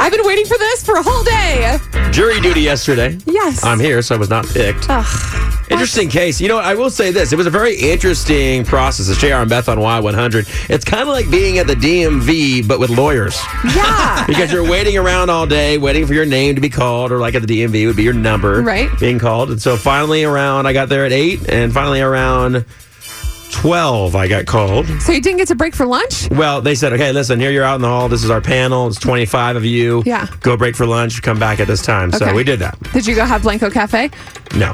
I've been waiting for this for a whole day. Jury duty yesterday. Yes. I'm here, so I was not picked. Interesting case. You know, I will say this. It was a very interesting process. It's JR and Beth on Y100. It's kind of like being at the DMV, but with lawyers. Yeah. Because you're waiting around all day, waiting for your name to be called, or like at the DMV, it would be your number Right. being called. And so finally around, I got there at 8, and finally around 12, I got called. So you didn't get to break for lunch? Well, they said, okay, listen, here you're out in the hall. This is our panel. It's 25 of you. Yeah. Go break for lunch. Come back at this time. So Okay. we did that. Did you go have Blanco Cafe? No.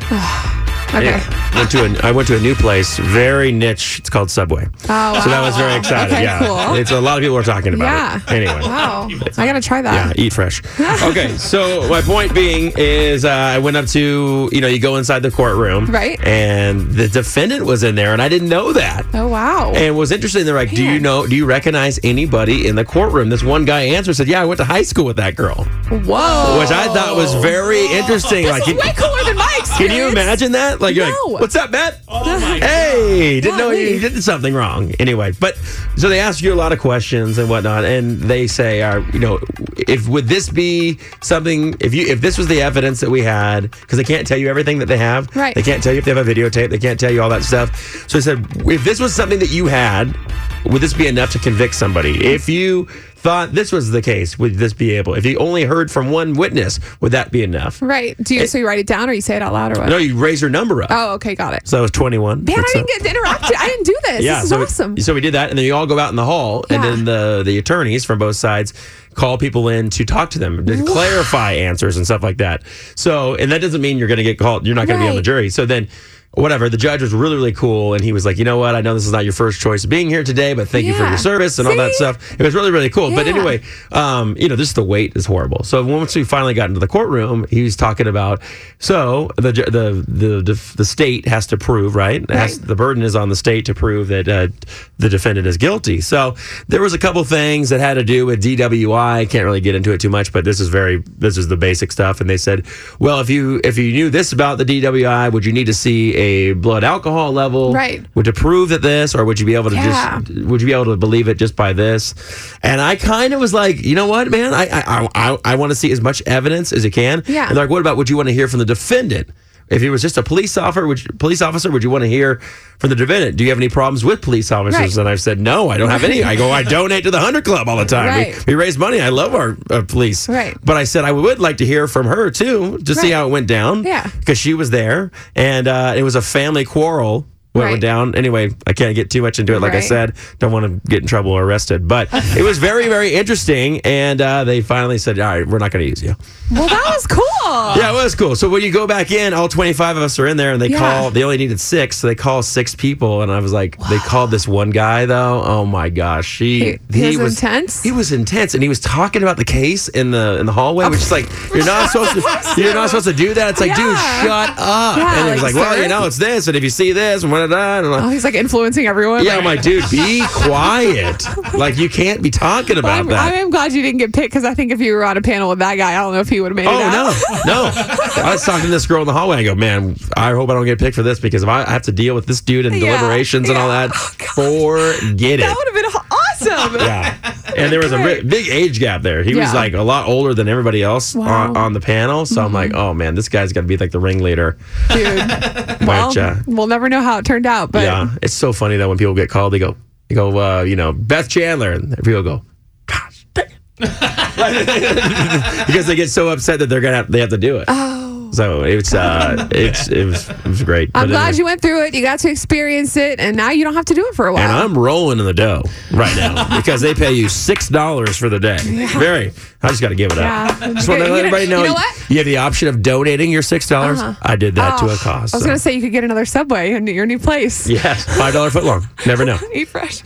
Okay. Yeah. Went to a, I went to a new place, very niche. It's called Subway. Oh, wow. So that was very exciting. Okay, yeah. cool. It's a lot of people are talking about it. Yeah. Anyway. Wow. I gotta try Yeah, that. eat fresh. okay, so my point being is uh, I went up to, you know, you go inside the courtroom. Right. And the defendant was in there, and I didn't know that. Oh wow. And what's interesting, they're like, do you Man. know, do you recognize anybody in the courtroom? This one guy answered, said, yeah, I went to high school with that girl, Whoa. which I thought was very interesting. like, Oh. This is way can, cooler than my experience. can you imagine that? Like, you're No. like, what's up, Matt? my hey, didn't know you Golly. did something wrong. Anyway, but so they ask you a lot of questions and whatnot, and they say, "Are you know, if would this be something? If you if this was the evidence that we had, because they can't tell you everything that they have. Right. They can't tell you if they have a videotape. They can't tell you all that stuff. So they said, if this was something that you had, would this be enough to convict somebody? If you thought this was the case, would this be able? If you only heard from one witness, would that be enough? Right. Do you so you write it down or you say it out loud or what? No, you raise your number up. Oh, okay, got it. So that was 21. Man, I That's didn't it. get to interact. I didn't do this. this is so awesome. We, so we did that, and then you all go out in the hall, Yeah. and then the the attorneys from both sides call people in to talk to them to clarify answers and stuff like that. So, and that doesn't mean you're going to get called. You're not going to be on the Right. jury. So then. Whatever, the judge was really, really cool. And he was like, you know what? I know this is not your first choice being here today, but thank you for Yeah. your service and all that See? stuff. It was really, really cool. But Yeah. anyway, um, you know, this the wait is horrible. So once we finally got into the courtroom, he was talking about so the ju- the the the, the state has to prove right. It has- Right. the burden is on the state to prove that uh, the defendant is guilty. So there was a couple things that had to do with DWI. I can't really get into it too much, but this is very this is the basic stuff. And they said, well, if you if you knew this about the DWI, would you need to see a blood alcohol level? Right. Would to prove that this, or would you be able to Yeah. just would you be able to believe it just by this? And I kind of was like, you know what, man, I I I, I want to see as much evidence as you can. Yeah. And they're like, what about would you want to hear from the defendant? If he was just a police officer, would you, police officer, would you want to hear from the defendant? Do you have any problems with police officers? Right. And I've said no, I don't have any. I go, I donate to the Hunter Club all the time. Right. We, we raise money. I love our uh, police. Right. But I said I would like to hear from her too, to see Right. how it went down. Yeah. Because she was there, and uh, it was a family quarrel. What went Right. down down. Anyway, I can't get too much into it. Like I Right. said, don't want to get in trouble or arrested. But it was very, very interesting. And uh, they finally said, all right, we're not going to use you. well, that was cool. Yeah, it was cool. So when you go back in, all 25 of us are in there and they Yeah. call, they only needed six. So they call six people. And I was like, they called this one guy though. Oh my gosh. He, He- he was intense? He was intense. And he was talking about the case in the, in the hallway, which is like, you're not supposed to, you're not supposed to do that. It's like, dude, Yeah. shut up. Yeah, and he was like, like, well, sir? you know, it's this. And if you see this and what da and I'm like, Oh, he's like influencing everyone. yeah, Like, I'm like, dude, be quiet. Like, you can't be talking well, about I'm, I that. am glad you didn't get picked because I think if you were on a panel with that guy, I don't know if he would have made it. Oh out. no, no! I was talking to this girl in the hallway. I go, man, I hope I don't get picked for this because if I I have to deal with this dude and Yeah, deliberations and all yeah. that, Oh, forget That it. would have been awesome. Yeah, and there was a ri- Great. big age gap there. He was Yeah. like a lot older than everybody else Wow. Mm-hmm. on, on the panel. So I'm like, oh man, this guy's got to be like the ringleader. Dude. Well, Well, uh, we'll never know how it turned out, but yeah, it's so funny though when people get called, they go, they go, uh, you know, Beth Chandler, and people go, gosh, dang it. because they get so upset that they're gonna have, they have to do it. Oh, so it's uh, it's it was, it was great. I'm But glad anyway. you went through it. You got to experience it, and now you don't have to do it for a And uh, while. I'm rolling in the dough right now because they pay you six dollars for the day. Very. I just got to give it up. Yeah. Just want to You let know- everybody know. you know what? you have the option of donating your six dollars. I did that to Oh, a cause. I was so. going to say you could get another Subway in your new place. yes, five dollar foot long. Never know. Eat fresh.